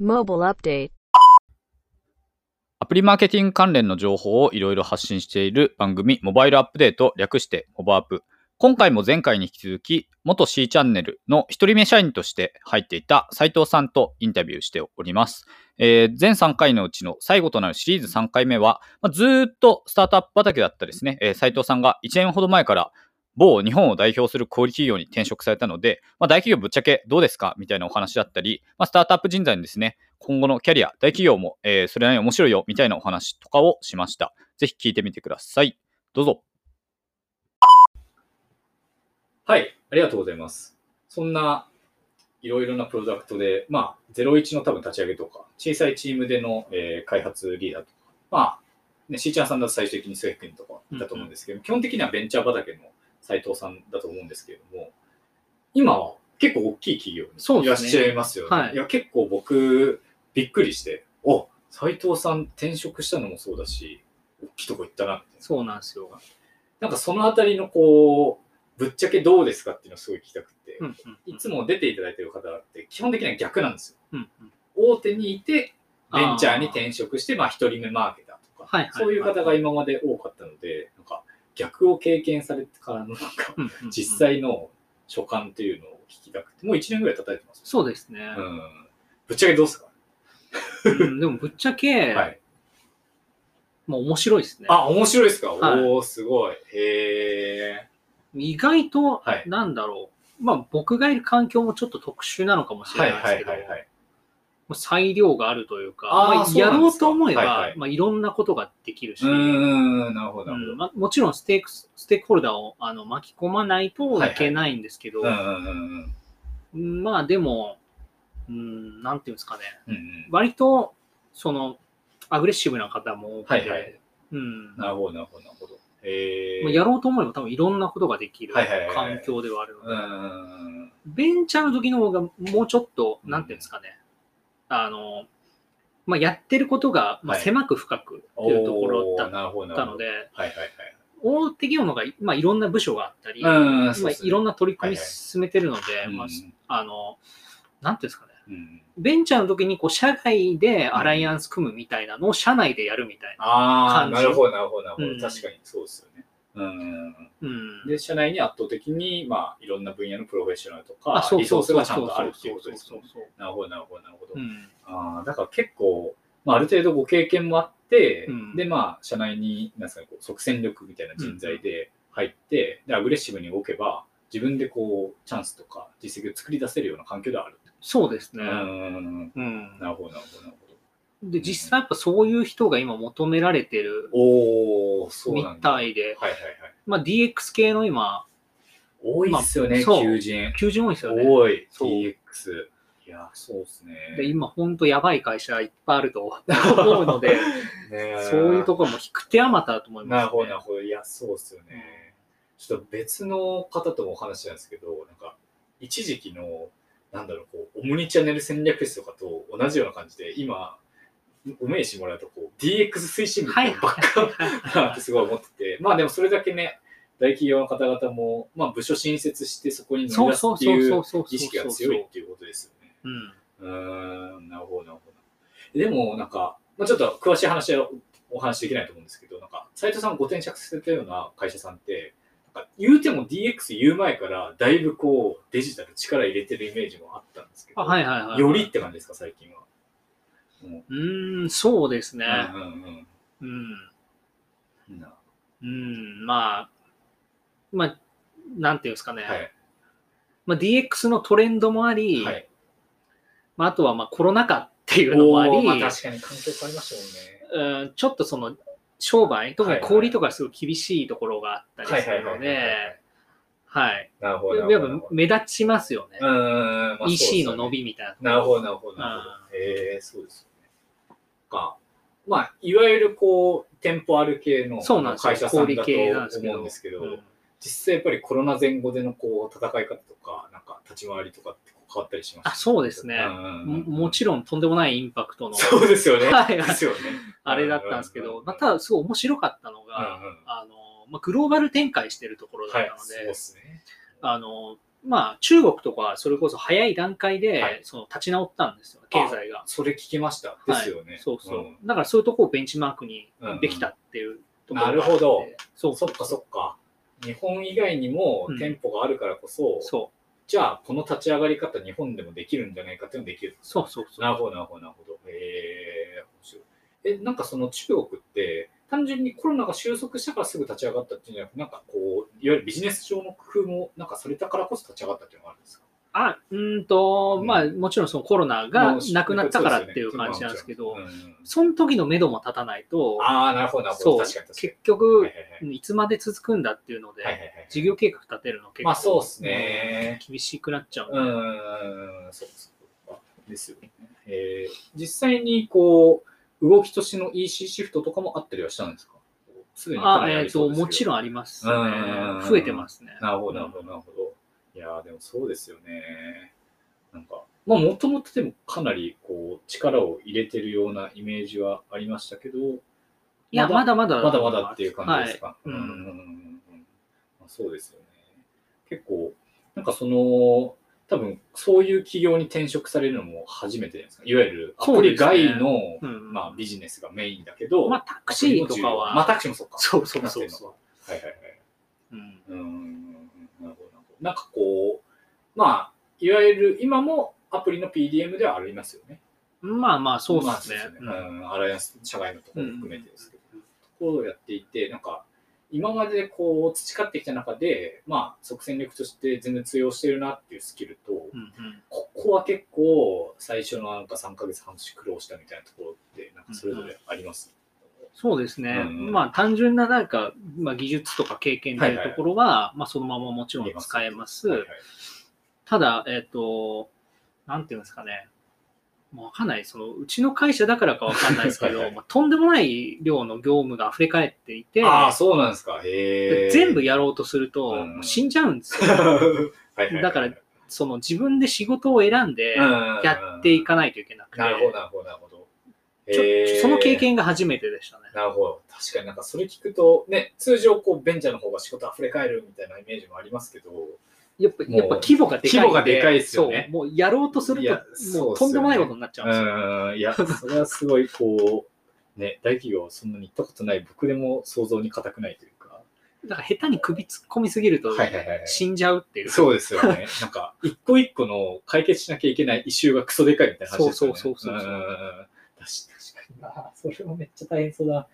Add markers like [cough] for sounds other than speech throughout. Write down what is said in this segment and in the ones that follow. Mobile update. アプリマーケティング関連の情報をいろいろ発信している番組、モバイルアップデート、略してモバアップ。今回も前回に引き続き、元 C チャンネルの一人目社員として入っていた斉藤さんとインタビューしております。えー全3回のうちの最後となるシリーズ3回目は、まあずーっとスタートアップ畑だったですね、えー斉藤さんが1年ほど前から某日本を代表する小売企業に転職されたので、まあ、大企業ぶっちゃけどうですかみたいなお話だったり、まあ、スタートアップ人材のですね、今後のキャリア、大企業も、えーそれなりに面白いよみたいなお話とかをしました。ぜひ聞いてみてください。どうぞ。はい、ありがとうございます。そんないろいろなプロダクトで、まあ、01の多分立ち上げとか、小さいチームでの、えー開発リーダーとか、まあ、ね、しーちゃんさんだと最終的に数百人とかだと思うんですけど、基本的にはベンチャー畑の斉藤さんだと思うんですけれども、今は結構大きい企業そうにいらでっすねしゃいますよね。はいや、結構僕、びっくりして、お斉藤さん転職したのもそうだし、大きいとこ行ったな、みたいな。そうなんですよ。なんかそのあたりのこう、ぶっちゃけどうですかっていうのをすごい聞きたくて、うんうんいつも出ていただいてる方って基本的には逆なんですよ。うんうん大手にいて、ベンチャーに転職して、まあ一人目マーケターとか、はいはいはいそういう方が今まで多かったので、なんか逆を経験されてからのなんかうんうんうん実際の所感っていうのを聞きたくて、もう1年ぐらい叩いてます。そうですね、うん。ぶっちゃけどうですか、うんでもぶっちゃけ、はい。まあ、面白いですねあ、面白いですか、はいおー、すごい。へー。意外とはいなんだろう、まあ僕がいる環境もちょっと特殊なのかもしはれいないですはけいど、はいはい。もう裁量があるというかあーまあ、そうやなんでろすうかと思えば、はいはいまあ、いろんなことができるうし、ーん、なるほど、うなるんまあ、もちろんステークスステークホルダーをあの巻き込まないといけないんですけど、ほど。うんうんうんうん。うんまあでも、うん、なんていうんですかね、うんうん割とそのアグレッシブな方も多くて、はいはいうんなるほど、なるほど、なるほど。へー。まあやろうと思えば多分いろんなことができるはいはいはいはい環境ではあるので、うんうんうん。ベンチャーの時の方がもうちょっと、うんなんていうんですかね、あの、まあ、やってることが、まあ、はい狭く深くっていうところだおーっなるほどなるたほのど。で、はいはい大手企業の方が、まあ、いろんな部署があったり、はい。うん、まあ、いろんな、な取り組みはいはい進めてるので、うんまあ、あの、なんていうんですかね、うん、ベンチャーの時にこう社外でアライアンス組むみたいなのを社内でやるみたいな。ああ、感じなるほど、なるほど、なるほど、うん確かにそうですよね。うん。うん、で、社内に圧倒的に、まあ、いろんな分野のプロフェッショナルとあか、リソースがちゃんとあるっていうことですそうねそ。うそうなるほど、なるほど、なるほど。そううんああ、だから結構、まあ、ある程度ご経験もあって、うんで、まあ、社内に、なんですかね、こう即戦力みたいな人材で入って、で、アグレッシブに動けば、自分でこう、チャンスとか、実績を作り出せるような環境ではある。そうですうね。ん。うんなるほど、なるほど、なるほど。で、実際やっぱそういう人が今求められてるおお、そうみなんだ。たいで、はいはいはい。まあ、DX 系の今、多いっすよね、まあそう求人。求人多いですよね。多い、そう DX。いや、そうっすね。で、今ほんとやばい会社いっぱいあると [laughs] 思うので、ねえそういうところも引く手あまただと思います、ね。なるほど、なるほど。いや、そうっすよね。ちょっと別の方ともお話なんですけど、なんか、一時期の、なんだろう、こう、オムニチャンネル戦略室とかと同じような感じで、今、お名刺もらうと、こう、DX 推進部みたいなのばっかなってすごい思ってて、まあでもそれだけね、大企業の方々も、まあ部署新設してそこに乗そりう出すそうってそういそううそうそう。意識が強いっていうことですよね。うん。うーん、なるほど、なるほど。でも、なんか、まあ、ちょっと詳しい話はお話しできないと思うんですけど、なんか、斉藤さんご転職されたような会社さんって、なんか言うても DX 言う前から、だいぶこう、デジタル力入れてるイメージもあったんですけど、あはいはいはい。よりって感じですか、最近は。もうーん、そうですうね。うんうんうん。うん。なうん、まあ、まあ、なんていうんですかね。はい。まあ、DX のトレンドもあり、はい。まあ、あとはまあコロナ禍っていうのもあり、おーまあ、確かに環境変わりましたうんちょっとその商売、特に小売りとかすごい厳しいところがあったりもんね。するのはいはいはいはいはい、ではい。なるほど。なやるほっどぱ目立ちますよね。うんうんうんまあそうですよね EC の伸びみたいな。なるほど、なるほど、なるほど。ええそうですよね。か、まあ、いわゆるこう、店舗ある系のそうなんですよ会社さんだ小売系なんですとけど思うんですけど、うん実際やっぱりコロナ前後でのこう、戦い方とか、なんか立ち回りとかってこう変わったりしましたあそうですねももちろんとんでもないインパクトろのそうですよね。はいですよね。あれだったんですけど、まあ、うんただすごい面白かったのうんが、あのまあ、グローバル展開してるところだっはいた、のそうでで、すね。あのまあ、中国とかはそれこそ早い段階で、はいその立ち直ったんですよ、経済が。それ聞きました。ですよね。そうそう、んだからそういうとこをベンチマークにうんできたっていうところがあなってるほど。そうそっかそっか。日本以外にもうん店舗があるからこそ、そうじゃあこの立ち上がり方日本でもできるんじゃないかっていうのができる。そうそうそう。なるほど、なるほど、なるほど。えー、面白い。え、なんかその中国って、単純にコロナが収束したからすぐ立ち上がったっていうんじゃなくて、なんかこう、いわゆるビジネス上の工夫もなんかされたからこそ立ち上がったっていうのがあるんですかあ、うーんと、うんまあ、もちろんそのコロナがなくなったからっていう感じなんですけうど、んうんその時の目処も立たないと、ああ、なるほど、なるほそど。う確かに確かに結。局、はいはいはいいつまで続くんだっていうので、はいはいはい事業計画立てるの結構、まあそうっすねうん厳しくなっちゃう、うーん、そうそうか。ですよね。えー実際にこう、動きとしての EC シフトとかもあったりはしたんですかすでにかあなりえあっ、りそと、うですけどもちろんありますねうんうんうんうん。増えてますね。なるほど、なるほど、なるほど。いやーでもそうですよね。なんか、まあ、もともとでもかなりこう、力を入れてるようなイメージはありましたけど、いや、まだまだ。まだまだっていう感じですはか。いうんうんうんうんうんまあそうですよね。結構、なんかその、多分そういう企業に転職されるのも初めてじゃないですか。いわゆるアプリ外の、いうんまあ、ビジネスがメインだけど、まあ、タクシーとかは、まあ、タクシーもそうか。そうそうそうそはいはいはい。う。うんうーん、なるほど、なるほど。なんかこう、まあ、いわゆる今もアプリの PDM ではありますよね。まあまあ、そうですねまあ。ううんんアライアンス社外のところも含めてですけど、ところをやっていて、なんか、今までこう培ってきた中で、まあ、即戦力として全然通用してるなっていうスキルと、うんうんここは結構最初のなんか3ヶ月半年苦労したみたいなところって、なんかそれぞれあります。そうですね。うんうんまあ、単純ななんか、まあ、技術とか経験というところは、まあ、そのままもちろん使えます。はいはいただ、えっ、と、なんていうんですかね。もうわかんない。その、うちの会社だからかわかんないですけど、はいはいまあ、とんでもない量の業務が溢れ返っていて、ああ、そうなんですか。へえ。[laughs] で全部やろうとすると、うんもう死んじゃうんですよ。はいはいはいだからその自分で仕事を選んでやっていかないといけなくて、なるほど、なるほど、なるほど。ちょへーその経。験が初めてでしたね。なるほど。確かになんかそれ聞くと、ね、通常こうベンチャーの方が仕事溢れ返るみたいなイメージもありますけど、やっぱもうやっぱ規模がでかいん規模がでかいっすよねそうもうやろうとするいやと、もそうっすよねうとんでもないことになっちゃうんですよ。うん、いや、それはすごいこう、ね、大企業そんなに行ったことない僕でも想像に固くないというか。だから下手に首突っ込みすぎるとはいはいはいはい。死んじゃうっていう。そうですよ [laughs] ね。なんか、一個一個の解決しなきゃいけない異臭がクソでかいみたいな話ですよね。そうそうそうそうそうんんんん確かにな。それもめっちゃ大変そうだ。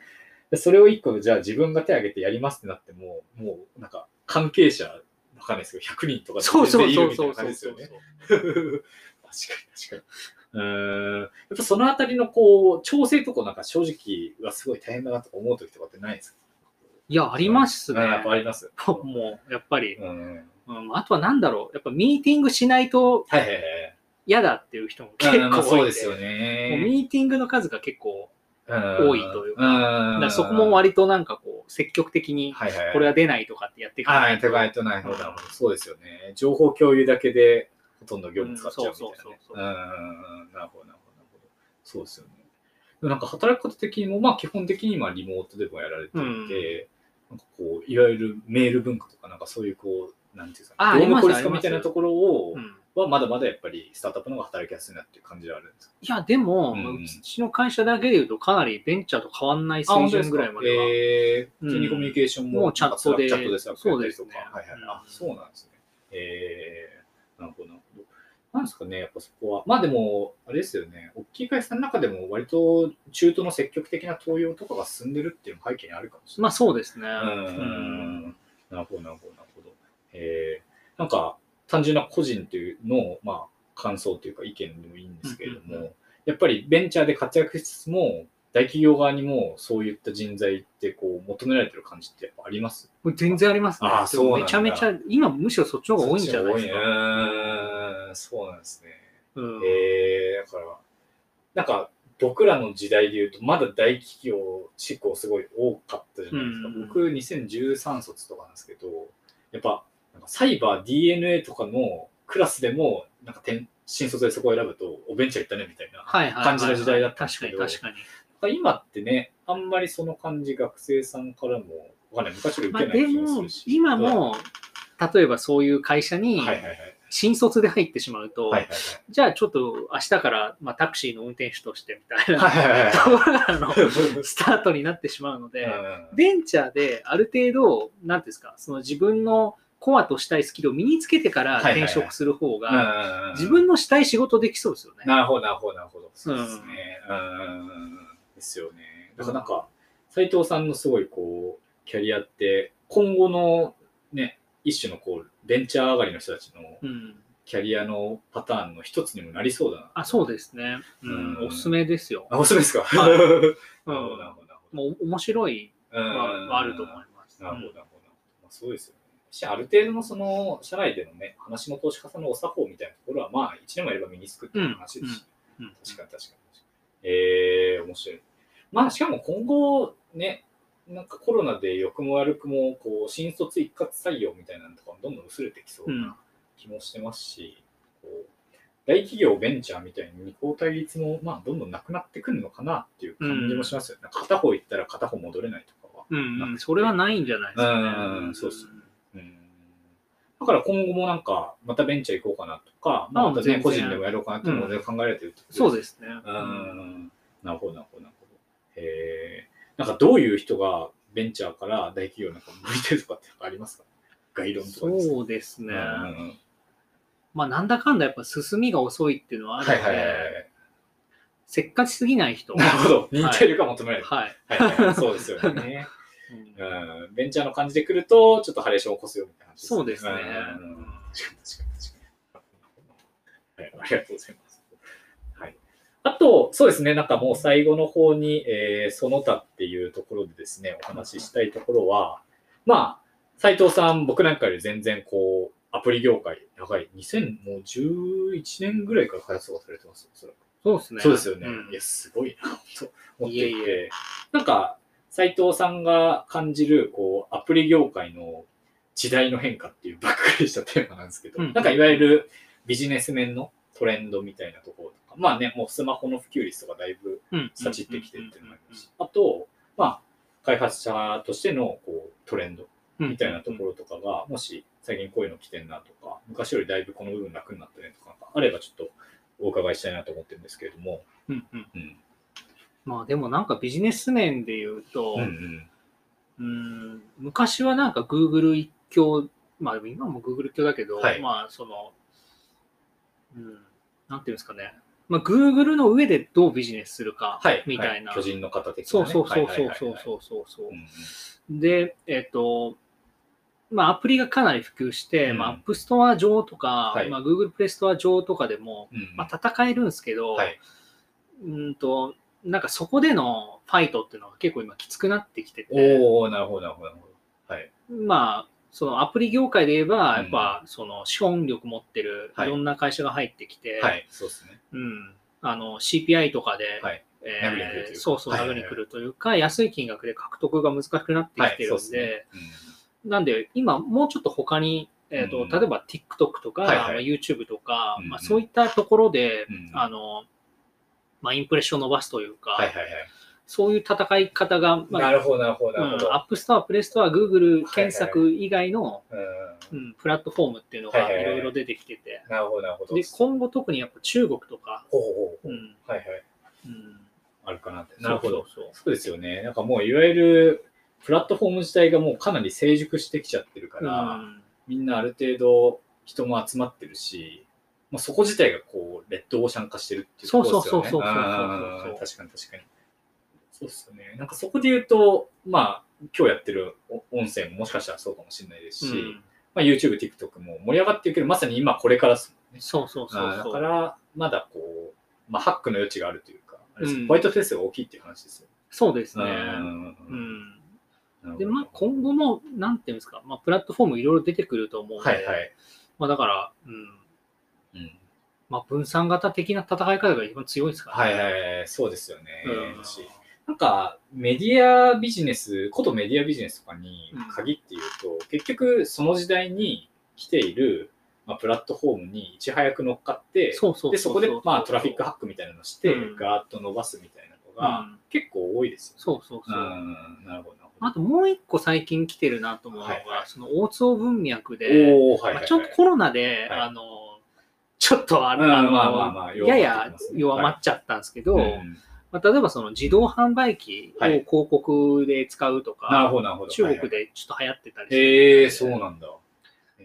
でそれを一個、じゃあ自分が手挙げてやりますってなっても、もう、なんか、関係者、わかんないですけど、100人とかそうそうそ全然ういるみたいそうなそ感うじですそようね。 [laughs] 確かに確かに。うーん。やっぱそのあたりの、こう、調整とかなんか正直はすごい大変だなとか思う時とかってないですかいや、ありますね。うんやっぱあり [laughs] ます。もう、やっぱり、うん。うん。あとはなんだろう。やっぱミーティングしないとはいはいはい。嫌だっていう人も結構多いんあで。まあそうですよもうね。ミーティングの数が結構、多いというか。だんからそこも割となんかこう、積極的に、はいはい。これは出ないとかってやっていかはないい、と手前とない方だもん。そうですよね。情報共有だけで、ほとんど業務使っちゃうみたいなね。うんそうそうそううそん、なるほど、なるほど、なるほど。そうですよね。でもなんか働き方的にも、まあ基本的に今リモートでもやられていて、なんかこう、いわゆるメール文化とか、なんかそういうこう、なんていうんですか、あ業務効あ率り化ますみたいなところをう、んはまだまだやっぱりスタートアップの方が働きやすいなっていう感じはあるんですかいや、でも、うんまあうちの会社だけで言うと、かなりベンチャーと変わんないあ水準ぐらいまでは。えー、普通うにんコミュニケーションももうチャットでチャットですそうですねはいはいうんあそうなんですね。えー、なるほど、なるほど。なんですかね、やっぱそこは。まあでも、あれですよね、大きい会社の中でも割と中東の積極的な登用とかが進んでるっていうのも背景にあるかもしれない。まあそうですね。ううんん。なるほど、なるほど、なるほど。えー、なんか、単純な個人というのを、まあ、感想というか意見でもいいんですけれども、うんうんうやっぱりベンチャーで活躍しつつも、大企業側にもそういった人材ってこう求められてる感じってやっぱありますもう全然ありますね。あーそうなんだめちゃめちゃ、今むしろそっちの方が多いんじゃないですそっちか。の方が多いねうーん、そうなんですね。うんえー、だから、なんか僕らの時代で言うと、まだ大企業志向すごい多かったじゃないですか。うん僕、2013卒とかなんですけど、やっぱ、なんかサイバー DNA とかのクラスでも、なんか転新卒でそこを選ぶと、おベンチャー行ったねみたいな。はいはいはいは感い。じの時代だったんです確けかどに確かに。なんか今ってね、あんまりその感じ、学生さんからも、わかんない、昔よりま受あけなでい気がすもるし。、今も、例えばそういう会社にはいはいはい。新卒で入ってしまうと、はいはいじゃあちょっと明日から、まあ、タクシーの運転手としてみたいなはいはいはいは [laughs] いところからのはいスタートになってしまうので、うんベンチャーである程度、なんていうんですか、その自分のコアとしたいスキルを身につけてからはいはいはい転職する方が、うん自分のしたい仕事できそうですよね。なるほど、なるほど、なるほど。そうですね。うん。ですよね。だからなんか、斉藤さんのすごいこう、キャリアって、今後のね、一種のこう、ベンチャー上がりの人たちのうん。キャリアのパターンの一つにもなりそうだな。あ、そうですね。うん。うんおすすめですよ。あ、おすすめですか、はいなるうほん。ど、なるほど、なるほど。もう面白いうんははあると思います。なるほど、なるうほんど。まあ、そうですよね。しある程度のその社内でのね、話の投資家さんのお作法みたいなところは、まあ、1年もやれば身につくっていう話ですし、う確かにん確かに確かに。えー、面白い。まあ、しかも今後、ね、なんかコロナで良くも悪くも、こう、新卒一括採用みたいなのとかもどんどん薄れてきそううんな気もしてますし、こう大企業、ベンチャーみたいに二項対立も、まあ、どんどんなくなってくるのかなっていう感じもしますよね。なんか片方行ったら片方戻れないとかは。うんうん、それはないんじゃないですかね。うんそうっすうんだから今後もなんか、またベンチャー行こうかなとか、まあ、あまた全ね、然個人でもやろうかなっていうのも全然考えられてるってことそうすですね。うーんなるほど、なるほど、なるほど。へえ。なんかどういう人がベンチャーから大企業なんか向いてるとかってありますか概論とかですそうですね。うんまあ、なんだかんだやっぱ進みが遅いっていうのはあはるいのはで、いはいはい。せっかちすぎない人。なるほど。認定力が求められる。はい。はいはいはいそうですよね。うんうんベンチャーの感じで来ると、ちょっとハレーションを起こすよみたいな話そうですねんうんうん確かに確かに確かに。はい、ありがとうございます。はい。あと、そうですね、なんかもう最後の方に、えーその他っていうところでですね、お話ししたいところは、まあ、斉藤さん、僕なんかより全然こう、アプリ業界、長い、2011年ぐらいから開発がされてます、おそらくそうですね。そうですよね。んいや、すごいな、本当思っていて。いえいなんか、斉藤さんが感じる、こう、アプリ業界の時代の変化っていうばっかりしたテーマなんですけど、うんなんかいわゆるビジネス面のトレンドみたいなところとか、まあね、もうスマホの普及率とかだいぶうんさちってきてるっていうのもありますし、あと、まあ、開発者としてのこうトレンドうんみたいなところとかが、もし最近こういうの来てんなとか、昔よりだいぶこの部分楽になったねとか、なんかあればちょっとお伺いしたいなと思ってるんですけれども。うんうんうん。まあでもなんかビジネス面で言うと、ううんうんん。昔はなんか Google 一強、まあでも今も Google 一強だけど、はいまあその、うん、なんていうんですかね、まあ Google の上でどうビジネスするかはい。みたいな。は巨人の方的な、そね。うそうそうそうそうう。そうそうそうう。んで、えっ、と、まあ、アプリがかなり普及して、うんまあ、App Store 上とか、はいまあ、Google Play Store 上とかでも、うん。まあ、戦えるんですけど、はい。うんと、なんかそこでのファイトっていうのが結構今きつくなってきてて、おおなるほど、なるほど、なるほど。はい。まあ、そのアプリ業界で言えば、やっぱ、その資本力持ってるいはいろんな会社が入ってきて、はい。そうですね。うん、あの CPI とかで、はいえ殴りに来るというーかそうそう、はい殴りに来るというか、安い金額で獲得が難しくなってはきいて。るそうんっすで、ねなんで、今、もうちょっと他に、えっとうん例えば TikTok とか、はいはいまあ YouTube とか、うんまあ、そういったところで、うんあのまあ、インプレッションを伸ばすというか、はいはいはい。そういう戦い方が、まなあるほど、なるほど、うなるんほ、ど。 App Store、Play Store、は Google い検索以外の、うんうん、プラットフォームっていうのがはいはいいろいろ出てきてて、なるほど、なるほど。で今後特にやっぱ中国とか、ほうほうほうう。んはいはい。うん、あるかなって。なるほど。そうそうそうですよね。なんかもういわゆるプラットフォーム自体がもうかなり成熟してきちゃってるかそうら、うんみんなある程度人も集まってるし、まあ、そこ自体がこうレッドオーシャン化してるっていうところですよね。そうそうそうそうそううん確かに確かに。そうですよね。なんかそこで言うと、まあ今日やってるお音声ももしかしたらそうかもしれないですし、うんまあ、YouTube、TikTok も盛り上がってるけど、まさに今これからですもんね。そうそうそうあーだそうから、まだこう、まあ、ハックの余地があるというか、あれですうんホワイトフェースが大きいっていう話ですよ。そうですね。うんうんなるほどで、まあ、今後も、なんていうんですか、まあ、プラットフォームいろいろ出てくると思うので、はいはい。まあ、だから、うん、うんまあ、分散型的な戦い方が一番強いですからはいね。はいはい、そうですよね。うんしなんか、メディアビジネス、ことメディアビジネスとかにうん限って言うと、結局、その時代に来ている、まあ、プラットフォームにいち早く乗っかって、そうそうううでそこで、まあ、トラフィックハッックみたいなのして、うんガーッと伸ばすみたいなのが、うん結構多いですよね。そうそうそう。うんなるほどなるほあともう一個最近来てるなと思うのが、はいはいその大津尾文脈で、おおはいはい、まはあい。ちょっとコロナで、はいあの、ちょっとあの、うんあのまあまあまあ弱まっやてやますね弱まっちゃったんですけど、うんまあ、例えばその自動販売機をはい広告で使うとか、なるほど、なるほど。中国はいはい。でちょっと流行ってたりして、へえー、そうなんだ。えー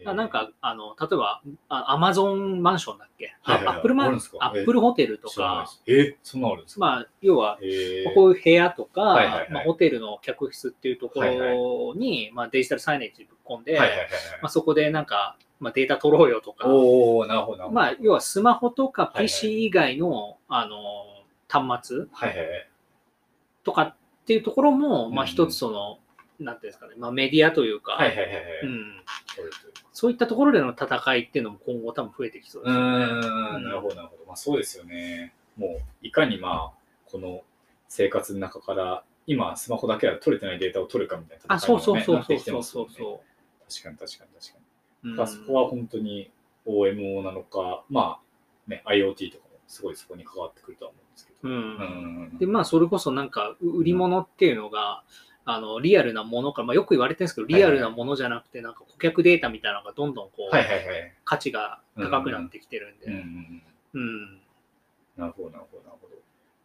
あなん、か、あの、例えば、あアマゾンマンションだっけ、あはいはいはいアップルマあるんンですかアップルホテルと知らないかで、すえー、そんなのあるんですかまあ、要は、えーこういう部屋とか、はいはいはいまあ、ホテルの客室っていうところに、まあ、デジタルサイネージぶっ込んで、はいはいはいはい。まあ、そこでなんか、まあ、データ取ろうよとか、おおなるほど、なるほど。まあ、要はスマホとかいはい PC 以外の、あの端末はいはいはい。とかっていうところも、まあ、うん一つその、なんていうんですかね、まあ、メディアというか、はいはいはいはい。うん、そうですそういったところでの戦いっていうのも今後多分増えてきそうでうす。ーん、なるほど、なるほど。まあそうですよね。もう、いかにまあ、この生活の中から、今、スマホだけは取れてないデータを取るかみたいなあ、そうそうねそうなってそうきてそまうすそようねそ確かに確かに確かに。う。うんだからそこは本当に OMO なのか、まあ、ね、IoT とかもすごいそこに関わってくるとは思うんですけど。うんうんで、まあ、それこそなんか、う売り物っていうのが、あの、リアルなものから、まあ、よく言われてるんですけど、いはいリアルなものじゃなくて、なんか顧客データみたいなのがどんどんこう、はいはいはい。価値が高くなってきてるんで、うんうんうんうん。なるほど、なるほど、なるほ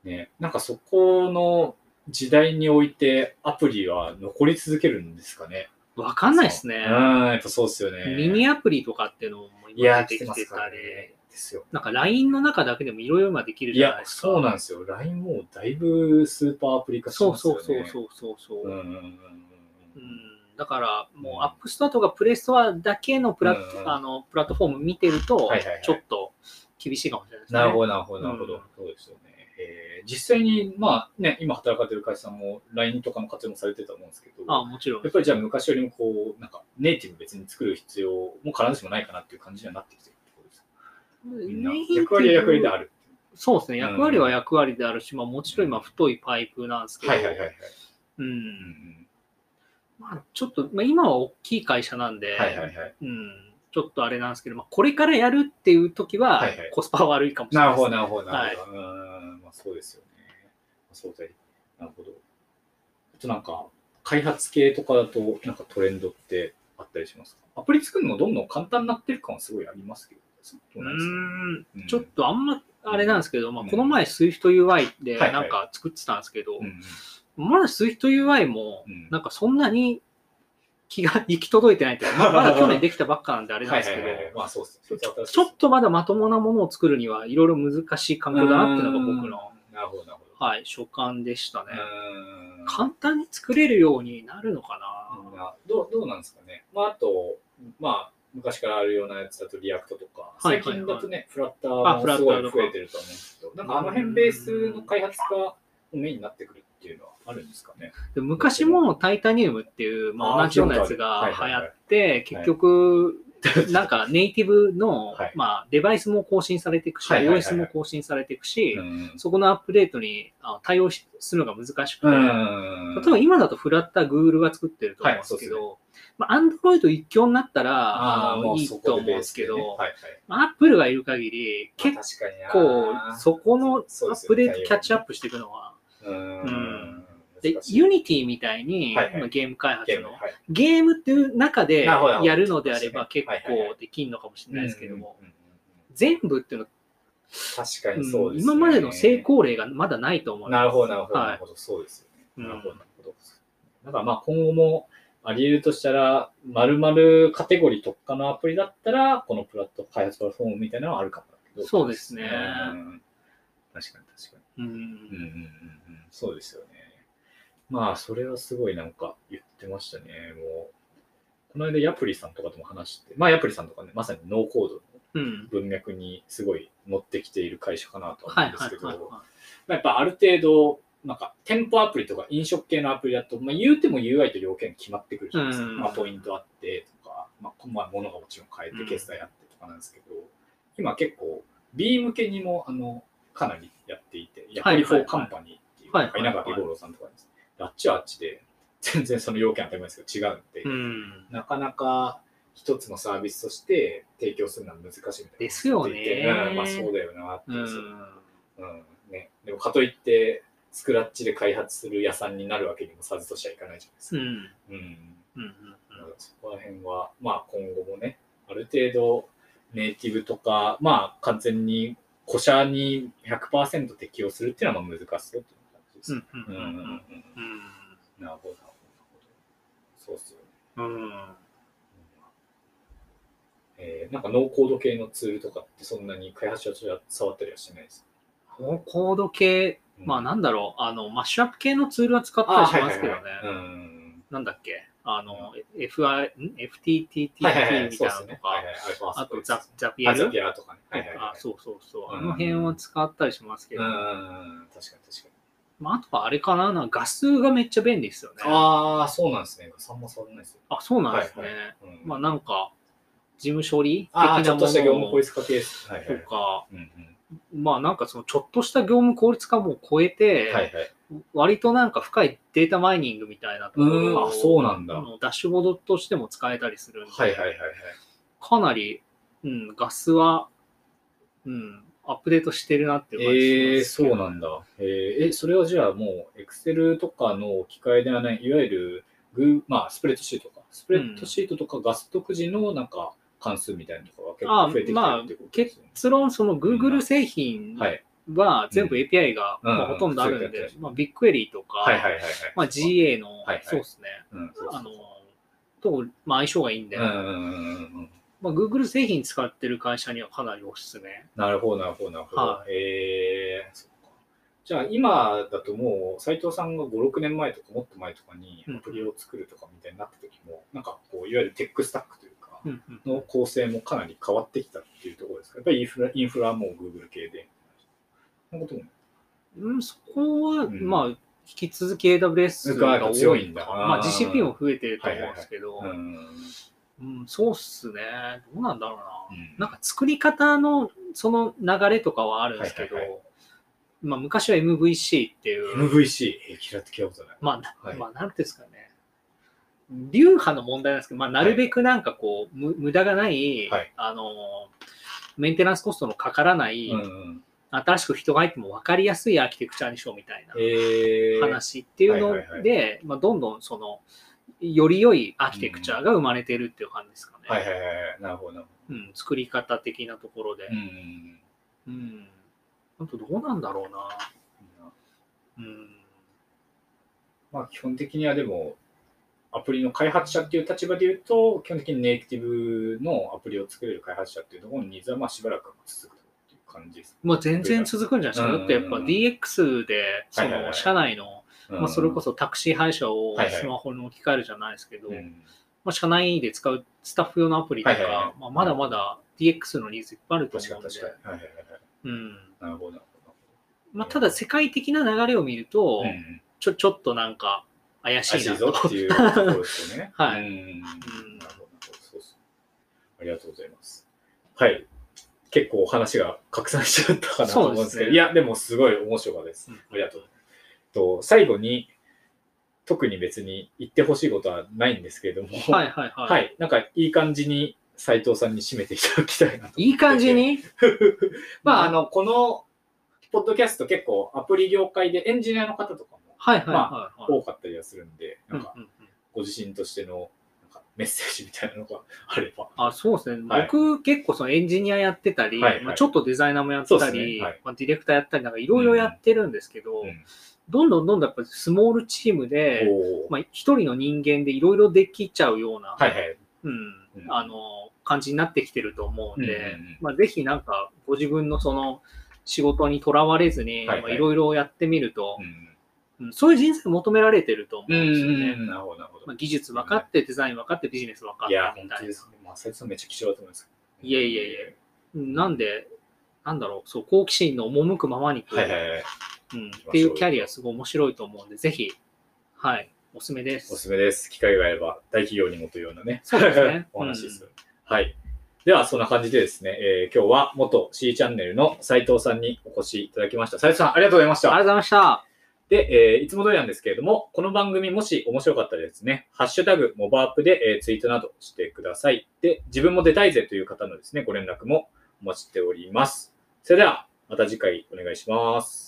ど。ね、なんかそこの時代においてアプリは残り続けるんですかね。わ、かんないですうねん、。やっぱそうですよね。ミニアプリとかっていうのもいや今ー、出来ててきまてすかたらり、ね。ですよ。なんか LINE の中だけでもいろいろ今できるいじゃないや、ですか。そうなんですよ。LINE もだいぶスーパーアプリ化してそまうすよそねう。そうそうそうそう。うんうんうんうんううん。んだから、うもんうアップストアとかプレイストアだけのプラ,、うんうんあのプラットフォーム見てるとはいはいはい、ちょっと厳しいかもしれないですね。なるほど、なるほど、なるほうんど。そうですよね。えー実際に、まあね、今働かれてる会社も LINE とかの活用もされてると思うんですけど、あもちろんやっ。ぱりじゃあ昔よりもこう、なんかネイティブ別に作る必要も必ずしもないかなっていう感じにはなってきてるってことです。みんなネイティブ役割は役割である。そうですね、うん役割は役割であるし、まあ、もちろん今、太いパイプなんですけど、はいはいはいはい。ううんんまあ、ちょっと、まあ、今は大きい会社なんで、うんはいはいはい。うん、ちょっとあれなんですけど、まあ、これからやるっていう時ははいはい、コスパ悪いかもしれななるほいです、ど、なるほど、なるほど。うーん、まあそうですよね。まあそうだよなるほど。あとなんか、開発系とかだと、なんかトレンドってあったりしますかアプリ作るのどんどん簡単になってる感はすごいありますけど、そうでもないですかうーうんんちょっとあんま、あれなんですけど、まあ、うんこの前 SwiftUI はでいはいなんか作ってたんですけど、うんうんまだ SwiftUI もうんなんかそんなに気が行き届いてないというか、まあまだ去年できたばっかなんであれなんはいですはけいどは、い。まあそうですね。ちょちょっとまだまともなものを作るにはいろいろ難しい環境だなっていうのが僕の、なるほど、なるほど。はい、所感でしたね。うーん簡単に作れるようになるのかな、などうどうなんですかね。まあ、あと、まあ、昔からあるようなやつだとリアクトとか、は最い近だとね、フラッタあーフもすラッタごーいとか増えてると思うんですけど、なんかあの辺ベースの開発がメインになってくるっていうのはあるんですかね。で昔もタイタニウムっていう、まああ、ー同じようなやつがはい流はい行はいって、結局、 [laughs] なんかネイティブの、はいまあ、デバイスも更新されていくし、はいはいはいはい OS も更新されていくし、うんそこのアップデートにあ対応しするのが難しくて、うん例えば今だとフラッター Google が作ってると思うんですけはいど、まあ、Android 一強になったら、ーあものういいそとこ思うんベでーすスけねど、はいはいまあ Apple がいる限り、結構まあ確かになそこのアそうですよップねデートキャッチアップしていくのは、ううんん。で、難しい Unity みたいに、はいはいまあゲーム開発ゲームのはいゲームっていう中でなるほどやるのであればそうで結すねはいはいは構できるのかもしれないですけども、うんうんうんうん全部っていうの確かにそは、ううんですね今までの成功例がまだないと思う。なるほど、なるほど、はいなるほど、そうですよね。うんなるほど、なるほど。だからまあ今後もあり得るとしたら、まるまるカテゴリー特化のアプリだったら、このプラット開発プラットフォームみたいなのはあるかもだけど。そうですねうん確かに確かうに。んうんうんうんうん。そうですよね。まあそれはすごいなんか言ってましたね。もう、この間ヤプリさんとかとも話して、まあヤプリさんとかね、まさにノーコードのうん文脈にすごい乗ってきている会社かなとは思うはいんですはいけど、はいはまあ、やっぱある程度、なんか店舗アプリとか飲食系のアプリだと、まあ、言うても UI と要件決まってくるじゃないですか。うんまあ、ポイントあってとか、まあ、まあ物がもちろん変えうんて決済あってとかなんですけど、今結構 B 向けにもあのかなりやっていて、やっぱりフォーカンパニーっていう、はいなんはいか稲垣吾郎さんとかです、あっちはあっちで、全然その要件当たり前ですけど違うんで、い。うん。なかなか一つのサービスとして提供するのは難しいみたいな。ですよねうんまあそうだよなってういんう、うんね、でもかといって、スクラッチで開発する屋さんになるわけにもさずとしはいかないじゃないですうか。ん。うんうん。うん。だからそこら辺は、まあ、今後もね、ある程度ネイティブとか、まあ、完全に古社に100%適用するっていうのはまあ難しそうっていう感じです。うん。うん。ううんうんうんうんん。なるほど、なるほど。そうっすよね。うん。うん。えーなんかノーコード系のツールとかってそんなに開発者は触ったりはしないです。コード系、うんまあなんだろう、あの、マッシュアップ系のツールは使ったありーしはいまはすいけどはねい。うんなんだっけ、あの、FI、ん FTTT みはたいはいはいい、そうでなすのとね。はいはか、いはい、あとザ・ザピエピアルピアとかね。はいはい、あはい。そうそうそう。うんあの辺は使ったりしますけうど、んうんうん、確かに確かに。まあ、あとはあれかな、なんか画数がめっちゃ便利ですよね。ああ、そうなんですね。さんも触らないですよ。あそうなんですね。はいうんまあなんか、事務処理的ああ、ちなょっもとした業の務と効率化系です。はいはいはい。か、うんうんまあなんかそのちょっとした業務効率化も超えて、はいはい。割となんか深いデータマイニングみたいなところうをんあそうなんだのダッシュボードとしても使えたりするんで、はいはいはいはい。かなり、うん、ガスは、うん、アップデートしてるなっていう感ええじー、しますけそどうなんだ。えーえ、それはじゃあもう、Excel とかの機械ではない、いわゆる、グーまあ、スプレッドシートか、スプレッドシートとかガス独自のなんか関数みたいなのとかが結構増えてきてるっていうことですよね。結論、その Google 製品はい。は全部うん API がうんまあほとんどあうるんんそういうで感、じまあ、ビッグクエリーとか、はいはいはいはい。まあ、GA の、はいはいそうですね、うん、そうそあうのそう、と、まあ、相性がいいんで、うんうんうんうんうん。まあ、Google 製品使ってる会社にはかなりおすすめ。なるほど、なるほど、なるほど。はえーそっかじゃあ今だともう斉藤さんが5、6年前とかもっと前とかにうんアプリを作るとかみたいになった時も、なんかこういわゆるテックスタックというか、うんうんの構成もかなり変わってきたっていうところですかやっぱりインフラインフラはもう Google 系で。そんなこともうん、そこは、うんまあ、引き続き AWS がが強多いいんんだだ。まああ、ー GCP も増えてると思うんですけど、うんうん、そうっすね。どうなんだろううな。んなんか作り方のその流れとかはあるんですけど、はいはいまあ昔は MVC っていう、 MVC、えー、嫌って聞いたことない。まあ、なはいまあなんていうんですかね、流派の問題なんですけど、まあなるべくなんかこう、む無駄がない、はいあのー、メンテナンスコストのかからない、うんうん、新しく人が入っても分かりやすいアーキテクチャにしようみたいなえー、話っていうのはいはいはいで、まあどんどんその、より良いアーキテクチャが生まれてるっていう感じですかね。はいはいはいはい。なるほど、なるうん、作り方的なところでほど。う。んうんうん。あとどうなんだろうな。うんうん。まあ、基本的にはでも、アプリの開発者っていう立場で言うと、基本的にネイティブのアプリを作れる開発者っていうところのニーズはまあしばらく続くっていう感じです。まあ全然続くんじゃないですうか。んだってやっぱ DX で、そはいはいはいの社内の、まあそれこそタクシー配車をはいはいスマホに置き換えるじゃないですけどう、ん、まあ社内で使うスタッフ用のアプリとはいはいはかい、まあまだまだ DX のニーズいっぱいあると確か思うにんで確。かに。はいはいはいはい。うん。なるほど、なるほまあただ世界的な流れを見るとど。う、ん、ちょ、ちょっとなんか怪し怪いしないと。ぞ。っていうところですよね [laughs] はいうん。なるほど、なるほど。そうそう。ありがとうございます。はい。結構話が拡散しちゃったかなと思うんですけそうですど、ねいや、でもすごい面白かったです。うんありがとう。と最後に、特に別に言ってほしいことはないんですけれども、。[laughs] はいいはいはい。はい。なんか、いい感じに斉藤さんに締めていただきたいなと思っていい感 [laughs] じにまあ、あの、この、ポッドキャスト結構アプリ業界でエンジニアの方とかもはいはいはいはい。多かったりはするんで、うなんんうんか、うんご自身としての、なんか、メッセージみたいなのがあれば。あそうですね、はい僕結構そのエンジニアやってたり、はいはいまあ、ちょっとデザイナーもやったそうですり、ねはいまあ、ディレクターやったりなんかいろいろやってるんですけど、うんどんどんどんどんやっぱりスモールチームで、おーまあ、一人の人間でいろいろできちゃうような、はいはい。うんうんあの感じになってきてると思うんで、うんうんうんまあ、ぜひなんかご自分のその仕事にとらわれずに、はいいはいろいろやってみるとう、ん。うんそういう人生求められてると思ううんですよね。ん。なるほど、なるほまどあ、。技術分かって、デザイン分かって、ビジネス分かっいや、て本みたい当な。ですね。まあ、斉藤さんめっちゃ貴重だと思います。いやいやいやなんで、なんだろう、そう、好奇心の赴くままにこう、はいはいはい。うん、っていうキャリアすごい面白いと思うんで、ぜひ、はい、おすすめでおすす。すめです。機会があれば大企業にもというようなね、そうです [laughs] ね [laughs] お話です、はい。では、そんな感じでですね、えー今日は元 C チャンネルの斉藤さんにお越しいただきました。斉藤さん、ありがとうございましありがとうた。ございました。で、えーいつも通りなんですけれども、この番組もし面白かったらですね、ハッシュタグ、モバアップで、えーツイートなどしてください。で、自分も出たいぜという方のですね、ご連絡もお待ちしております。それでは、また次回お願いします。